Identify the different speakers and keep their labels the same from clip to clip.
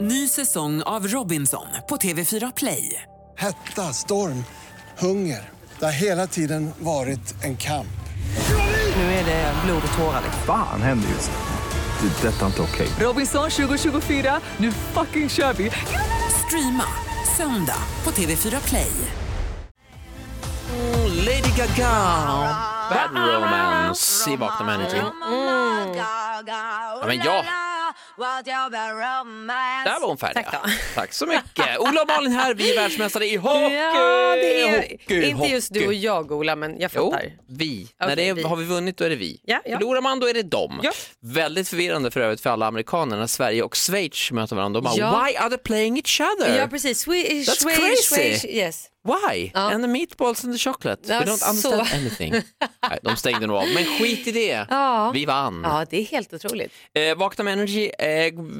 Speaker 1: Ny säsong av Robinson på TV4 Play.
Speaker 2: Hetta, storm, hunger. Det har hela tiden varit en kamp.
Speaker 1: Nu är det blod och tårar. liksom.
Speaker 3: Fan händer just nu. Det. är Detta är inte okej.
Speaker 1: Robinson 2024, nu fucking kör vi! Streama söndag på TV4 Play.
Speaker 4: Mm, Lady Gaga, Bad Romance i Vakna med Energy.
Speaker 5: Mm. Ja,
Speaker 4: men ja. Där var hon färdig.
Speaker 5: Tack då.
Speaker 4: Tack så mycket. Ola och Malin här, vi är världsmästare i hockey.
Speaker 5: Ja, det är
Speaker 4: Hockey,
Speaker 5: inte just du
Speaker 4: hockey.
Speaker 5: och jag Ola, men jag
Speaker 4: Jo, Eh.
Speaker 5: fattar.
Speaker 4: vi.
Speaker 5: Okej,
Speaker 4: När det är,
Speaker 5: vi.
Speaker 4: Har vi vunnit då är det vi.
Speaker 5: Ja, ja.
Speaker 4: Förlorar man då är det dem.
Speaker 5: Ja.
Speaker 4: Väldigt förvirrande för övrigt för alla amerikaner när Sverige och Schweiz möter varandra. De bara,
Speaker 5: Ja.
Speaker 4: why are they playing each other?
Speaker 5: Ja, precis. Swish,
Speaker 4: That's
Speaker 5: swish,
Speaker 4: crazy.
Speaker 5: swish. Yes.
Speaker 4: Why? And the meatballs and the chocolate.
Speaker 5: Ja,
Speaker 4: We don't understand
Speaker 5: så.
Speaker 4: anything. Nej, de stängde nog av, men skit i det.
Speaker 5: Ja.
Speaker 4: Vi vann.
Speaker 5: Ja, det är helt otroligt.
Speaker 4: Eh, vakna med energi, eh,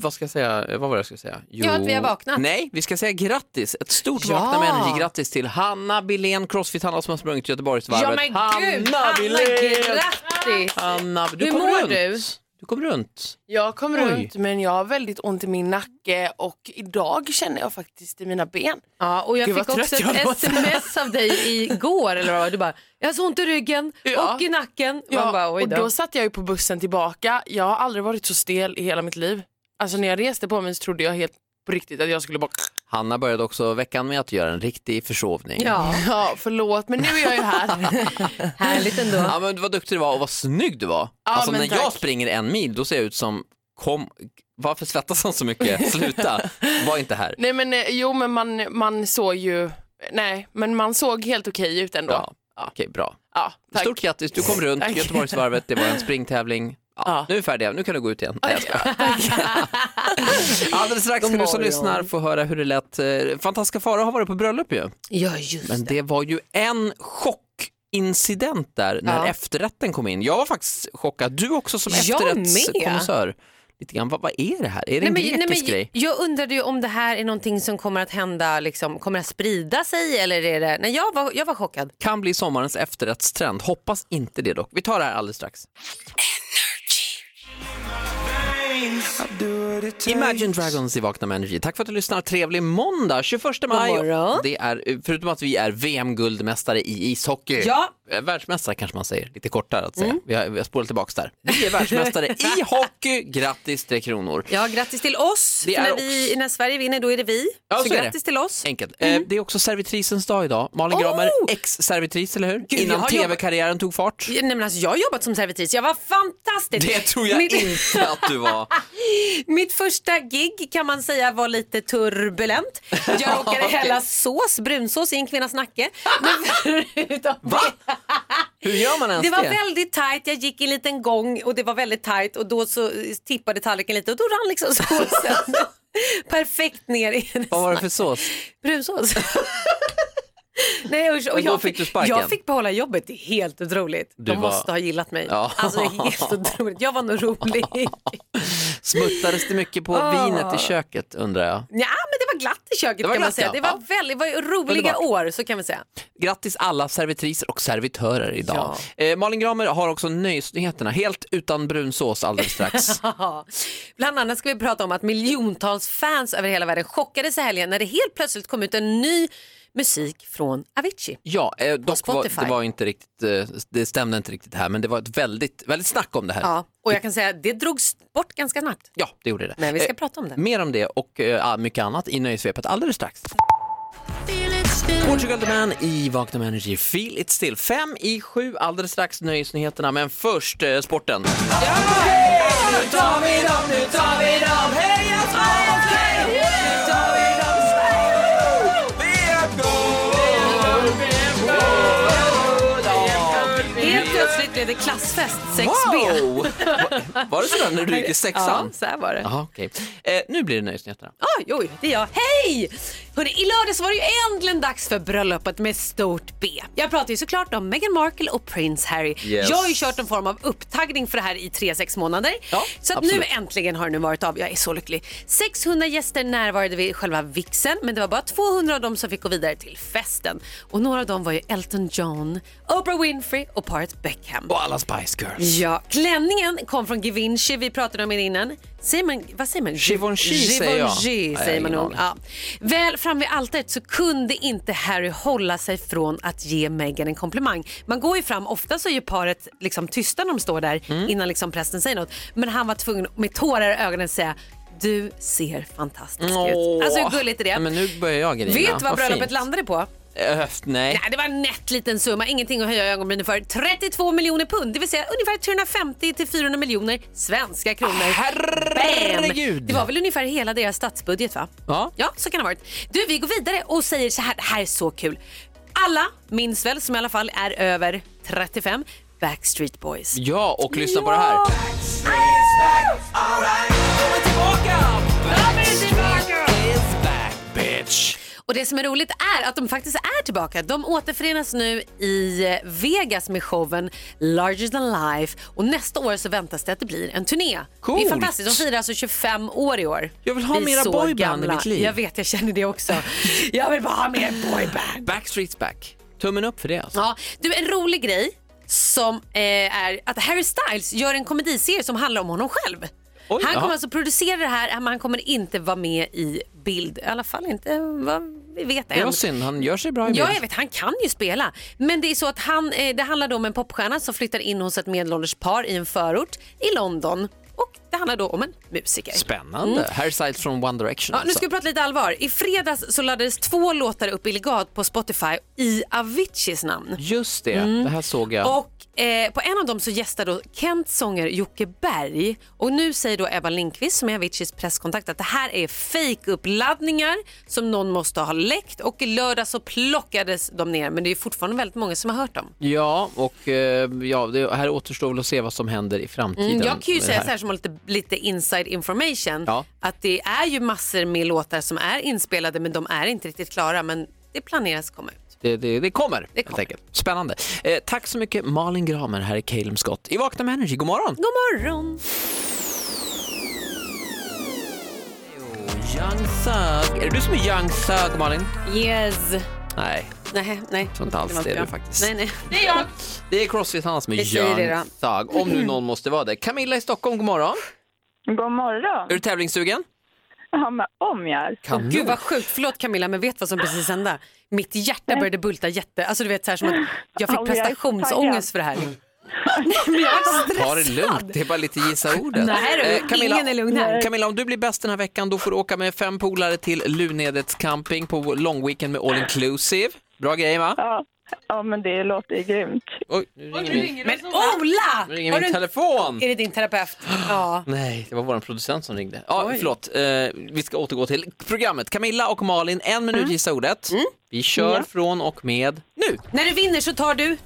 Speaker 4: vad ska jag säga, Eh, vad var det jag skulle säga? Jo,
Speaker 5: Ja, att vi har vaknat.
Speaker 4: Nej, vi ska säga grattis, ett stort
Speaker 5: Ja.
Speaker 4: vakna med energi, grattis till Hanna Billén, Crossfit-Hanna som har sprungit Göteborgsvarvet.
Speaker 5: Ja, men gud!
Speaker 4: Hanna Billén!
Speaker 5: grattis!
Speaker 4: Hanna, du
Speaker 5: Hur
Speaker 4: kom
Speaker 5: mår
Speaker 4: runt.
Speaker 5: du?
Speaker 4: Du kom runt.
Speaker 6: Jag kom
Speaker 4: Oj.
Speaker 6: runt men jag har väldigt ont i min nacke och idag känner jag faktiskt i mina ben.
Speaker 5: Ja, och jag
Speaker 4: Gud, vad
Speaker 5: fick också
Speaker 4: trött jag
Speaker 5: ett
Speaker 4: låter.
Speaker 5: sms av dig igår eller vad det var. Du bara, jag har så ont i ryggen
Speaker 6: Ja.
Speaker 5: och i nacken. Man
Speaker 6: Ja,
Speaker 5: bara, oj
Speaker 6: och
Speaker 5: då.
Speaker 6: då satt jag ju på bussen tillbaka. Jag har aldrig varit så stel i hela mitt liv. Alltså när jag reste på mig så trodde jag helt på riktigt att jag skulle bara...
Speaker 4: Hanna började också veckan med att göra en riktig försovning.
Speaker 5: Ja,
Speaker 6: Ja, förlåt men nu är jag ju här.
Speaker 5: härligt ändå.
Speaker 4: Ja, men vad duktig du var och vad snygg du var.
Speaker 6: Ja,
Speaker 4: alltså
Speaker 6: men
Speaker 4: när
Speaker 6: tack.
Speaker 4: jag springer en mil då ser jag ut som, kom, varför svettas han så mycket? Sluta, var inte här.
Speaker 6: nej men eh, jo men man, man såg ju... Nej men man såg helt okej ut ändå. Ja,
Speaker 4: Ja, okej bra.
Speaker 6: tack.
Speaker 4: Stort grattis, du kom runt
Speaker 6: Tack.
Speaker 4: Göteborgsvarvet, det var en springtävling. Ja,
Speaker 6: Ja.
Speaker 4: Nu är vi färdiga, nu kan du gå ut igen. Nej, jag skojar. Alldeles strax ska du som lyssnar få höra hur det lät. Eh, Fantastiska Farao har varit på bröllop ju,
Speaker 5: Ja, just
Speaker 4: men
Speaker 5: det.
Speaker 4: det var ju en chockincident där när
Speaker 5: Ja.
Speaker 4: efterrätten kom in. Jag var faktiskt chockad, du också som
Speaker 5: Jag
Speaker 4: efterrättskommissör. Lite grann, vad, vad är det här? Är det en grekisk grej?
Speaker 5: jag undrade ju om det här är någonting som kommer att hända, liksom, kommer att sprida sig eller är det... Nej, jag var, jag var chockad.
Speaker 4: Kan bli sommarens efterrättstrend, hoppas inte det dock. Vi tar det här alldeles strax. Imagine Dragons i Vakna med Energy. Tack för att du lyssnar. Trevlig måndag 21 maj.
Speaker 5: God morgon.
Speaker 4: Det är, eh, förutom att vi är VM-guldmästare i ishockey.
Speaker 5: Ja. Mm.
Speaker 4: Eh, Världsmästare kanske man säger, lite kortare att säga. Vi har, vi har spolat tillbaka där. Vi är världsmästare i hockey. Grattis Tre Kronor.
Speaker 5: Ja, grattis till oss.
Speaker 4: Det
Speaker 5: För
Speaker 4: är
Speaker 5: när, vi, när Sverige vinner, då är det vi.
Speaker 4: Ja,
Speaker 5: så
Speaker 4: så är det.
Speaker 5: grattis till oss. Mm.
Speaker 4: Enkelt. Eh, det är också servitrisens dag idag. Malin
Speaker 5: Oh!
Speaker 4: Gramer, ex-servitris, eller hur?
Speaker 5: jag
Speaker 4: Innan
Speaker 5: har jobbat-
Speaker 4: tv-karriären tog fart.
Speaker 5: Nej, men alltså, jag har jobbat som servitris, jag var fantastisk.
Speaker 4: Det tror jag
Speaker 5: mitt,
Speaker 4: inte att du var.
Speaker 5: mitt första gig kan man säga var lite turbulent. Jag råkade hälla sås, brunsås i en kvinnas nacke. Men förutom
Speaker 4: Va? Hur gör man ens
Speaker 5: Det
Speaker 4: det?
Speaker 5: var väldigt tajt, jag gick i en liten gång och det var väldigt tajt och då så eh, tippade tallriken lite och då rann liksom såsen perfekt ner i hennes
Speaker 4: Vad var det för sås?
Speaker 5: brunsås. Nej, usch. och
Speaker 4: Men då
Speaker 5: jag,
Speaker 4: fick
Speaker 5: fick,
Speaker 4: du sparken.
Speaker 5: jag fick behålla jobbet, det är helt otroligt.
Speaker 4: Du
Speaker 5: De
Speaker 4: var-
Speaker 5: måste ha gillat mig.
Speaker 4: Ja.
Speaker 5: Alltså det är helt otroligt, jag var nog rolig.
Speaker 4: Smuttades det mycket på
Speaker 5: Ah.
Speaker 4: vinet i köket undrar jag?
Speaker 5: Ja, men det var glatt i köket
Speaker 4: var
Speaker 5: kan man
Speaker 4: glatt,
Speaker 5: säga.
Speaker 4: ja.
Speaker 5: Det var
Speaker 4: Ja.
Speaker 5: väldigt var roliga
Speaker 4: Underbart.
Speaker 5: år så kan vi säga.
Speaker 4: Grattis alla servitriser och servitörer idag. Eh, Malin Gramer har också nöjesnyheterna, helt utan brunsås alldeles strax.
Speaker 5: Ja. Bland annat ska vi prata om att miljontals fans över hela världen chockades i helgen när det helt plötsligt kom ut en ny musik från Avicii.
Speaker 4: ja, eh, dock var,
Speaker 5: Spotify.
Speaker 4: det var inte riktigt, eh, det stämde inte riktigt här, men det var ett väldigt, väldigt snack om det här.
Speaker 5: Ja, och jag kan säga att det drogs bort ganska snabbt.
Speaker 4: Ja, det gjorde det. Eh,
Speaker 5: Men vi ska prata om det.
Speaker 4: Mer om det och eh, ah, mycket annat i nöjessvepet alldeles strax. Portugal the Man i Vakna med Energy, Feel It Still. Fem i sju alldeles strax nöjesnyheterna, men först eh, sporten. alltså!
Speaker 5: Helt plötsligt blev det klassfest 6B.
Speaker 4: Wow! Va- Var det sådär när du gick i
Speaker 5: Ja,
Speaker 4: sexan?
Speaker 5: så här var det.
Speaker 4: Jaha, okej. Eh, nu blir det nöjesnyheterna.
Speaker 5: Oj, oj, det är jag. Hej! Hörrni, I lördags var det ju äntligen dags för bröllopet med stort B. Jag pratar ju såklart om Meghan Markle och prins Harry.
Speaker 4: Yes.
Speaker 5: Jag har ju kört en form av upptaggning för det här i 3-6 månader.
Speaker 4: Ja,
Speaker 5: så att nu
Speaker 4: absolut.
Speaker 5: äntligen har det nu varit av. Jag är så lycklig. 600 gäster närvarade vid själva vigseln men det var bara 200 av dem som fick gå vidare till festen. Och några av dem var ju Elton John, Oprah Winfrey och Paret Beckham.
Speaker 4: Och alla Spice Girls.
Speaker 5: Ja, klänningen kom från Givenchy, vi pratade om det innan. Säger man, vad säger man?
Speaker 4: Givenchy säger jag.
Speaker 5: Givenchy
Speaker 4: Nej,
Speaker 5: säger,
Speaker 4: jag har
Speaker 5: man
Speaker 4: ingen
Speaker 5: nog. Ja. Väl fram vid altaret så kunde inte Harry hålla sig från att ge Meghan en komplimang. Man går ju fram, ofta så är ju paret liksom tysta när de står där
Speaker 4: Mm.
Speaker 5: innan liksom prästen säger något. Men han var tvungen med tårar i ögonen säga du ser fantastisk ut.
Speaker 4: Åh.
Speaker 5: Alltså hur gulligt är det?
Speaker 4: Nej, men nu börjar jag grina.
Speaker 5: Vet du vad bröllopet
Speaker 4: fint.
Speaker 5: landade på?
Speaker 4: Öft, Eh, nej.
Speaker 5: Nej, det var en nätt liten summa, ingenting att höja ögonbrynen för. 32 miljoner pund, det vill säga ungefär 350 till 400 miljoner svenska kronor.
Speaker 4: Herregud!
Speaker 5: Det var väl ungefär hela deras statsbudget va?
Speaker 4: Ja.
Speaker 5: Ja, så kan det ha varit. Du, vi går vidare och säger så här, det här är så kul. Alla minns väl, som i alla fall är över 35, Backstreet Boys.
Speaker 4: Ja, och lyssna på det här.
Speaker 5: Och det som är roligt är att de faktiskt är tillbaka. De återförenas nu i eh, Vegas med showen Larger than life och nästa år så väntas det att det blir en turné. Det är
Speaker 4: Coolt.
Speaker 5: fantastiskt. De firar alltså 25 år i år.
Speaker 4: Jag vill ha
Speaker 5: är
Speaker 4: mera
Speaker 5: så
Speaker 4: boyband i
Speaker 5: gamla.
Speaker 4: mitt liv.
Speaker 5: Jag vet, jag känner det också. jag vill bara ha mer boyband.
Speaker 4: Backstreet's back. Tummen upp för det alltså.
Speaker 5: Ja, du, en rolig grej som eh, är att Harry Styles gör en komediserie som handlar om honom själv.
Speaker 4: Oj,
Speaker 5: han
Speaker 4: jaha.
Speaker 5: kommer alltså producera det här, men han kommer inte vara med i bild. I alla fall inte vad vi vet än.
Speaker 4: Det var synd, han gör sig bra i bild.
Speaker 5: Ja, jag vet, han kan ju spela. Men det är så att han, eh, det handlar då om en popstjärna som flyttar in hos ett medelålders par i en förort i London. Och det handlar då om en musiker.
Speaker 4: Spännande. Harry Styles från One Direction
Speaker 5: Ja, nu
Speaker 4: alltså.
Speaker 5: ska vi prata lite allvar. I fredags så laddades två låtar upp illegalt på Spotify i Aviciis namn.
Speaker 4: Just det, det här såg jag.
Speaker 5: Och eh, på en av dem så gästar då Kent sångare Jocke Berg. Och nu säger då Ebba Lindqvist som är Aviciis presskontakt att det här är fejkuppladdningar som någon måste ha läckt och i lördag så plockades de ner men det är fortfarande väldigt många som har hört dem.
Speaker 4: Ja, och eh, ja, det här återstår väl att se vad som händer i framtiden.
Speaker 5: Mm, Jag kan ju
Speaker 4: med det
Speaker 5: säga
Speaker 4: här.
Speaker 5: så här som har lite, lite inside information
Speaker 4: Ja.
Speaker 5: att det är ju massor med låtar som är inspelade men de är inte riktigt klara men det planeras komma ut.
Speaker 4: Det, det, det kommer,
Speaker 5: Det
Speaker 4: helt
Speaker 5: kommer.
Speaker 4: enkelt. Spännande. Eh, tack så mycket Malin Gramer. Här är Caleb Scott i Vakna med Energy. God morgon!
Speaker 5: God morgon!
Speaker 4: Young Thug. Är det du som är Young Thug, Malin?
Speaker 5: Yes.
Speaker 4: Nej,
Speaker 5: Nej, nej.
Speaker 4: tror inte alls
Speaker 5: var
Speaker 4: det är
Speaker 5: bra.
Speaker 4: du faktiskt.
Speaker 5: Nej, nej.
Speaker 4: det är Crossfit Hanna som är
Speaker 5: Vi säger det
Speaker 4: Young Thug, om nu någon måste vara det. Camilla i Stockholm, god morgon.
Speaker 7: God morgon!
Speaker 4: Är du tävlingssugen?
Speaker 7: Ja, men om jag.
Speaker 4: Kanon.
Speaker 5: Gud vad sjukt, förlåt Camilla men vet du vad som precis hände? Mitt hjärta började bulta jätte, alltså du vet så här som att jag fick
Speaker 7: Ja, men jag är så
Speaker 5: prestationsångest för det här. Nej, men jag är
Speaker 4: Mm. Ta det lugnt,
Speaker 5: stressad.
Speaker 4: det är bara lite gissa ordet. Eh,
Speaker 5: Nej du, ingen är lugn här.
Speaker 4: Camilla, om du blir bäst den här veckan då får du åka med fem polare till Lunedets camping på långweekend med all inclusive. Bra grej va?
Speaker 7: Ja. ja, men det låter ju grymt.
Speaker 4: Oj, nu ringer min,
Speaker 5: Men Ola!
Speaker 4: nu ringer
Speaker 5: Har
Speaker 4: min
Speaker 5: du-
Speaker 4: telefon!
Speaker 5: Är det din terapeut? Ja.
Speaker 4: Nej, det var vår producent som ringde. Ja,
Speaker 5: Oj.
Speaker 4: förlåt. Eh, vi ska återgå till programmet. Camilla och Malin, en minut
Speaker 5: Mm.
Speaker 4: gissa ordet. Vi kör från och med nu.
Speaker 5: När du vinner så tar du?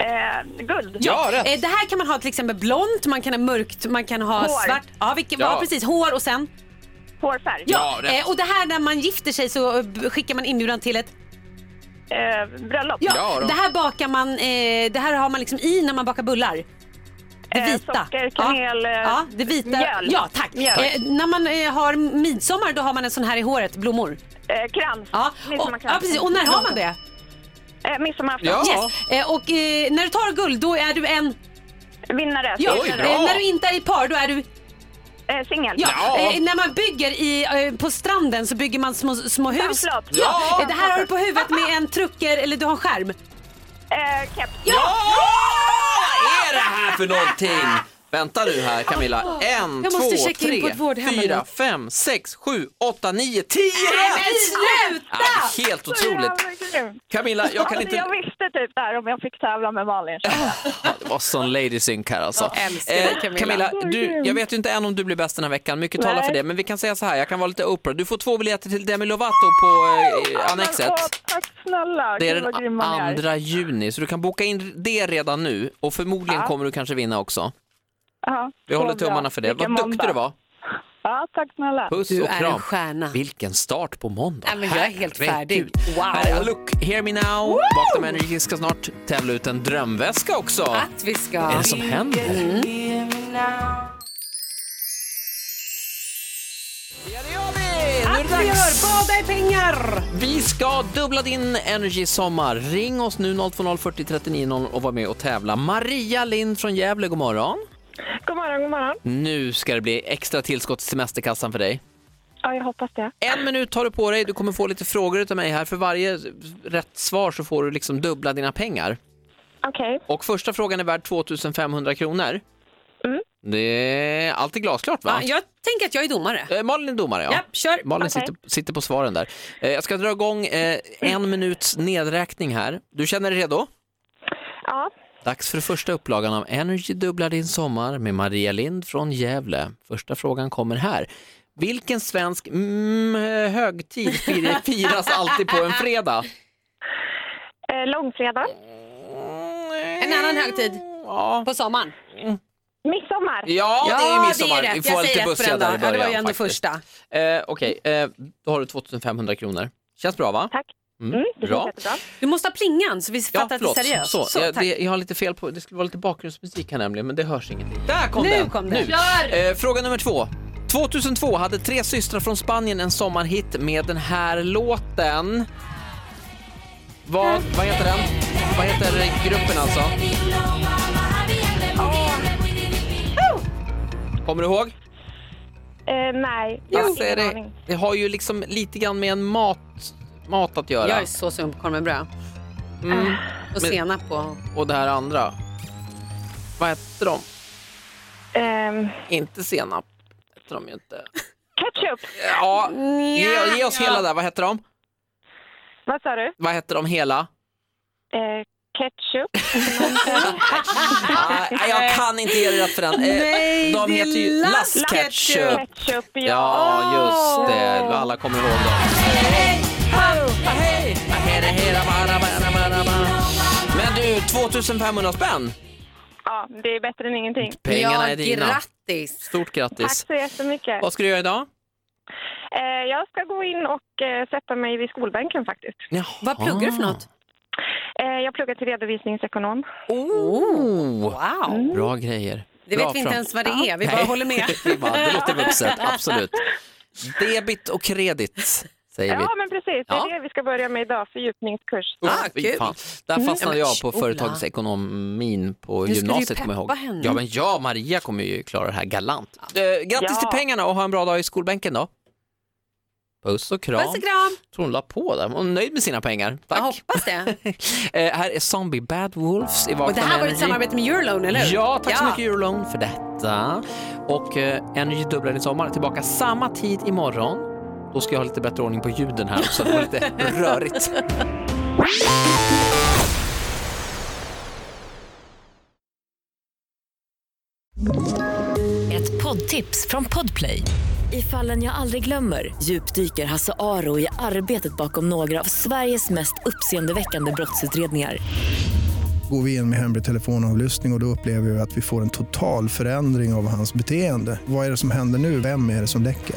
Speaker 7: Eh, guld!
Speaker 4: Ja, rätt.
Speaker 5: Eh, det här kan man ha till exempel blont, man kan ha mörkt, man kan ha
Speaker 7: Hår.
Speaker 5: svart. Ja, vilket,
Speaker 4: Ja.
Speaker 5: ja. precis. Hår och sen?
Speaker 7: Hårfärg!
Speaker 4: Ja, rätt.
Speaker 5: Eh, och det här när man gifter sig så eh, b- skickar man inbjudan till ett...
Speaker 7: Eh, bröllop!
Speaker 5: Ja,
Speaker 4: Bra då.
Speaker 5: det här bakar man, eh, det här har man liksom i när man bakar bullar. Det
Speaker 7: Eh,
Speaker 5: vita.
Speaker 7: socker, kanel,
Speaker 5: ja.
Speaker 7: eh,
Speaker 5: ja, det vita.
Speaker 7: mjöl.
Speaker 5: Ja, tack.
Speaker 7: Mjöl.
Speaker 5: Eh, när man eh, har midsommar då har man en sån här i håret, blommor.
Speaker 7: Eh, krans!
Speaker 5: Ja, och,
Speaker 7: Midsommarkrans.
Speaker 5: ja precis. Och när har man det?
Speaker 7: Eh, midsommarafton!
Speaker 4: Ja.
Speaker 5: Yes. Eh, och eh, när du tar guld då är du en...
Speaker 7: Vinnare!
Speaker 5: Ja.
Speaker 4: Oj, bra.
Speaker 5: eh, när du inte är i par då är du...
Speaker 7: Eh, Singel!
Speaker 5: Ja.
Speaker 4: Ja.
Speaker 5: Eh, när man bygger i, eh, på stranden så bygger man små, små hus.
Speaker 7: Sandslott.
Speaker 4: Ja.
Speaker 5: Eh, det här har du på huvudet med en trucker eller du har en skärm.
Speaker 7: Eh, keps!
Speaker 4: Vad är det här för någonting? Vänta nu här Camilla. En,
Speaker 5: Jag måste
Speaker 4: två,
Speaker 5: checka in
Speaker 4: tre,
Speaker 5: på ett vårdhem eller
Speaker 4: fyra,
Speaker 5: något.
Speaker 4: fem, sex, sju, åtta, nio, tio
Speaker 5: Men
Speaker 4: rätt!
Speaker 5: sluta!
Speaker 4: Ja, det är helt otroligt. Camilla, jag kan
Speaker 7: Alltså,
Speaker 4: inte...
Speaker 7: jag visste typ där om jag fick tävla med Malin.
Speaker 4: Ja, det var sån lady sync här alltså.
Speaker 5: Jag älskar dig, Camilla.
Speaker 4: du, jag vet ju inte än om du blir bäst den här veckan, mycket talar
Speaker 7: Nej.
Speaker 4: för det. Men vi kan säga så här, jag kan vara lite Oprah. Du får två biljetter till Demi Lovato på eh, Annexet.
Speaker 7: Men, åh, tack snälla!
Speaker 4: Det är
Speaker 7: Gud, vad grym
Speaker 4: den
Speaker 7: man är.
Speaker 4: andra juni, så du kan boka in det redan nu. Och förmodligen kommer du kanske vinna också.
Speaker 7: Ja,
Speaker 4: Vi
Speaker 7: så
Speaker 4: håller
Speaker 7: bra.
Speaker 4: tummarna för det.
Speaker 7: Vilken
Speaker 4: Vad duktig
Speaker 7: måndag.
Speaker 4: du var.
Speaker 7: Ja, tack snälla!
Speaker 4: Puss
Speaker 5: Du
Speaker 4: och
Speaker 5: är
Speaker 4: kram.
Speaker 5: en stjärna.
Speaker 4: Vilken start på måndag.
Speaker 5: Nej, men jag är helt
Speaker 4: Herregud.
Speaker 5: färdig. Wow.
Speaker 4: Här är Look, Hear Me Now. Vakna med Energy ska snart tävla ut en drömväska också.
Speaker 5: Att vi
Speaker 4: Vad är
Speaker 5: ska...
Speaker 4: det som händer?
Speaker 5: Att vi dags! Bada i pengar!
Speaker 4: Vi ska dubbla din Energy Sommar. Ring oss nu 020 40 39 0 och var med och tävla. Maria Lind från Gävle, god morgon.
Speaker 7: God morgon, god morgon.
Speaker 4: Nu ska det bli extra tillskott till semesterkassan för dig.
Speaker 7: Ja, jag hoppas det.
Speaker 4: En minut har du på dig. Du kommer få lite frågor utav mig här. För varje rätt svar så får du liksom dubbla dina pengar.
Speaker 7: Okej.
Speaker 4: Och första frågan är värd 2500 kronor. Det är alltid glasklart va?
Speaker 5: Ja, jag tänker att jag är domare.
Speaker 4: Eh, Malin är domare ja.
Speaker 5: Ja, kör.
Speaker 4: Malin
Speaker 7: Okej.
Speaker 4: sitter, sitter på svaren där. Eh, jag ska dra igång eh, en minuts nedräkning här. Du känner dig redo?
Speaker 7: Ja.
Speaker 4: Dags för första upplagan av Energy dubblar din sommar med Maria Lind från Gävle. Första frågan kommer här. Vilken svensk mm, högtid fir- firas alltid på en fredag?
Speaker 7: Eh, långfredag.
Speaker 5: En annan högtid
Speaker 4: Ja,
Speaker 5: på sommaren.
Speaker 7: Midsommar.
Speaker 4: ja det är ju midsommar. Vi får
Speaker 5: Jag
Speaker 4: lite
Speaker 5: säger rätt på
Speaker 4: bussiga
Speaker 5: den
Speaker 4: där i
Speaker 5: då. Ja,
Speaker 4: början.
Speaker 5: det var ju ändå
Speaker 4: faktiskt.
Speaker 5: första.
Speaker 4: Eh, Okej, eh, då har du 2500 kronor. Känns bra va?
Speaker 7: Tack.
Speaker 4: Mm,
Speaker 7: Mm, det
Speaker 4: bra.
Speaker 7: känns jättebra.
Speaker 5: Du måste ha plingan så vi fattar att det är seriöst.
Speaker 4: Så, jag,
Speaker 5: tack.
Speaker 4: det, jag har lite fel på, det skulle vara lite bakgrundsmusik här nämligen, men det hörs ingenting. Där kom
Speaker 5: Nu
Speaker 4: den!
Speaker 5: kom den.
Speaker 4: Eh, fråga nummer två. 2002 hade tre systrar från Spanien en sommarhit med den här låten. Vad, vad heter den? Vad heter gruppen alltså? Kommer du ihåg?
Speaker 7: Eh, nej,
Speaker 4: Alltså, är
Speaker 7: ingen
Speaker 4: det,
Speaker 7: aning.
Speaker 4: det har ju liksom lite grann med en mat, mat att göra.
Speaker 5: Jag är så sugen på korv med bröd.
Speaker 4: Mm.
Speaker 5: Och
Speaker 4: Men-
Speaker 5: senap på.
Speaker 4: Och det här andra. Vad hette de?
Speaker 7: Ehm,
Speaker 4: Inte senap. Hette de ju inte.
Speaker 7: ketchup.
Speaker 4: Ja, ge, ge oss hela där. Vad hette de?
Speaker 7: Vad sa du?
Speaker 4: Vad hette de hela?
Speaker 7: Eh, ketchup.
Speaker 4: Nej, jag kan inte ge dig rätt för den. Eh,
Speaker 5: Ah, Nej,
Speaker 4: de
Speaker 5: det
Speaker 4: heter ju
Speaker 5: är
Speaker 4: Lass
Speaker 7: Lass
Speaker 4: Ketchup.
Speaker 7: ketchup, ja.
Speaker 4: Ja, just det. Alla kommer ihåg dem. Men du, 2500 spänn.
Speaker 7: Ja, det är bättre än ingenting.
Speaker 4: Pengarna är dina.
Speaker 5: grattis!
Speaker 4: Stort
Speaker 7: Tack
Speaker 4: grattis.
Speaker 7: så jättemycket.
Speaker 4: Vad ska du göra idag?
Speaker 7: Eh, jag ska gå in och eh, sätta mig vid skolbänken faktiskt.
Speaker 4: Jaha.
Speaker 5: Vad pluggar du för
Speaker 4: Ah,
Speaker 5: något?
Speaker 7: Eh, jag pluggar till redovisningsekonom.
Speaker 4: Oh,
Speaker 5: Wow!
Speaker 4: bra grejer.
Speaker 5: Det
Speaker 4: Bra
Speaker 5: vet vi inte
Speaker 4: från-
Speaker 5: ens vad det är, vi bara
Speaker 4: Nej.
Speaker 5: håller med.
Speaker 4: Vi bara, det låter vuxet, absolut. Debit och kredit, säger vi.
Speaker 7: Ja, men precis. Det är
Speaker 4: Ja.
Speaker 7: det vi ska börja med idag, fördjupningskurs.
Speaker 4: Usch,
Speaker 5: Ah,
Speaker 4: fy
Speaker 5: kul.
Speaker 4: fan. Där fastnade
Speaker 5: Ja, men
Speaker 4: jag på
Speaker 5: skola.
Speaker 4: företagsekonomin på
Speaker 5: Nu ska du ju
Speaker 4: gymnasiet. Kommer jag
Speaker 5: peppa
Speaker 4: ihåg.
Speaker 5: henne.
Speaker 4: Ja, men jag, Maria kommer ju klara det här galant. Eh, grattis
Speaker 7: Ja.
Speaker 4: till pengarna och ha en bra dag i skolbänken då. Puss och kram.
Speaker 5: Puss och kram!
Speaker 4: Tror hon la på där. Hon är nöjd med sina pengar. Tack.
Speaker 5: Jag hoppas det.
Speaker 4: Eh, här är Zombie Bad Wolves i Vakna
Speaker 5: Och det här
Speaker 4: med
Speaker 5: var ett
Speaker 4: Energy.
Speaker 5: samarbete med Eurolone, eller hur?
Speaker 4: Ja, tack så mycket Eurolone för detta. Och eh, Energy dubblar din sommar. Tillbaka samma tid imorgon. Då ska jag ha lite bättre ordning på ljuden här så det var lite rörigt.
Speaker 8: Ett poddtips från Podplay. I fallen jag aldrig glömmer djupdyker Hasse Aro i arbetet bakom några av Sveriges mest uppseendeväckande brottsutredningar.
Speaker 9: går vi in med hemlig telefonavlyssning och, och då upplever vi att vi får en total förändring av hans beteende. Vad är det som händer nu? Vem är det som läcker?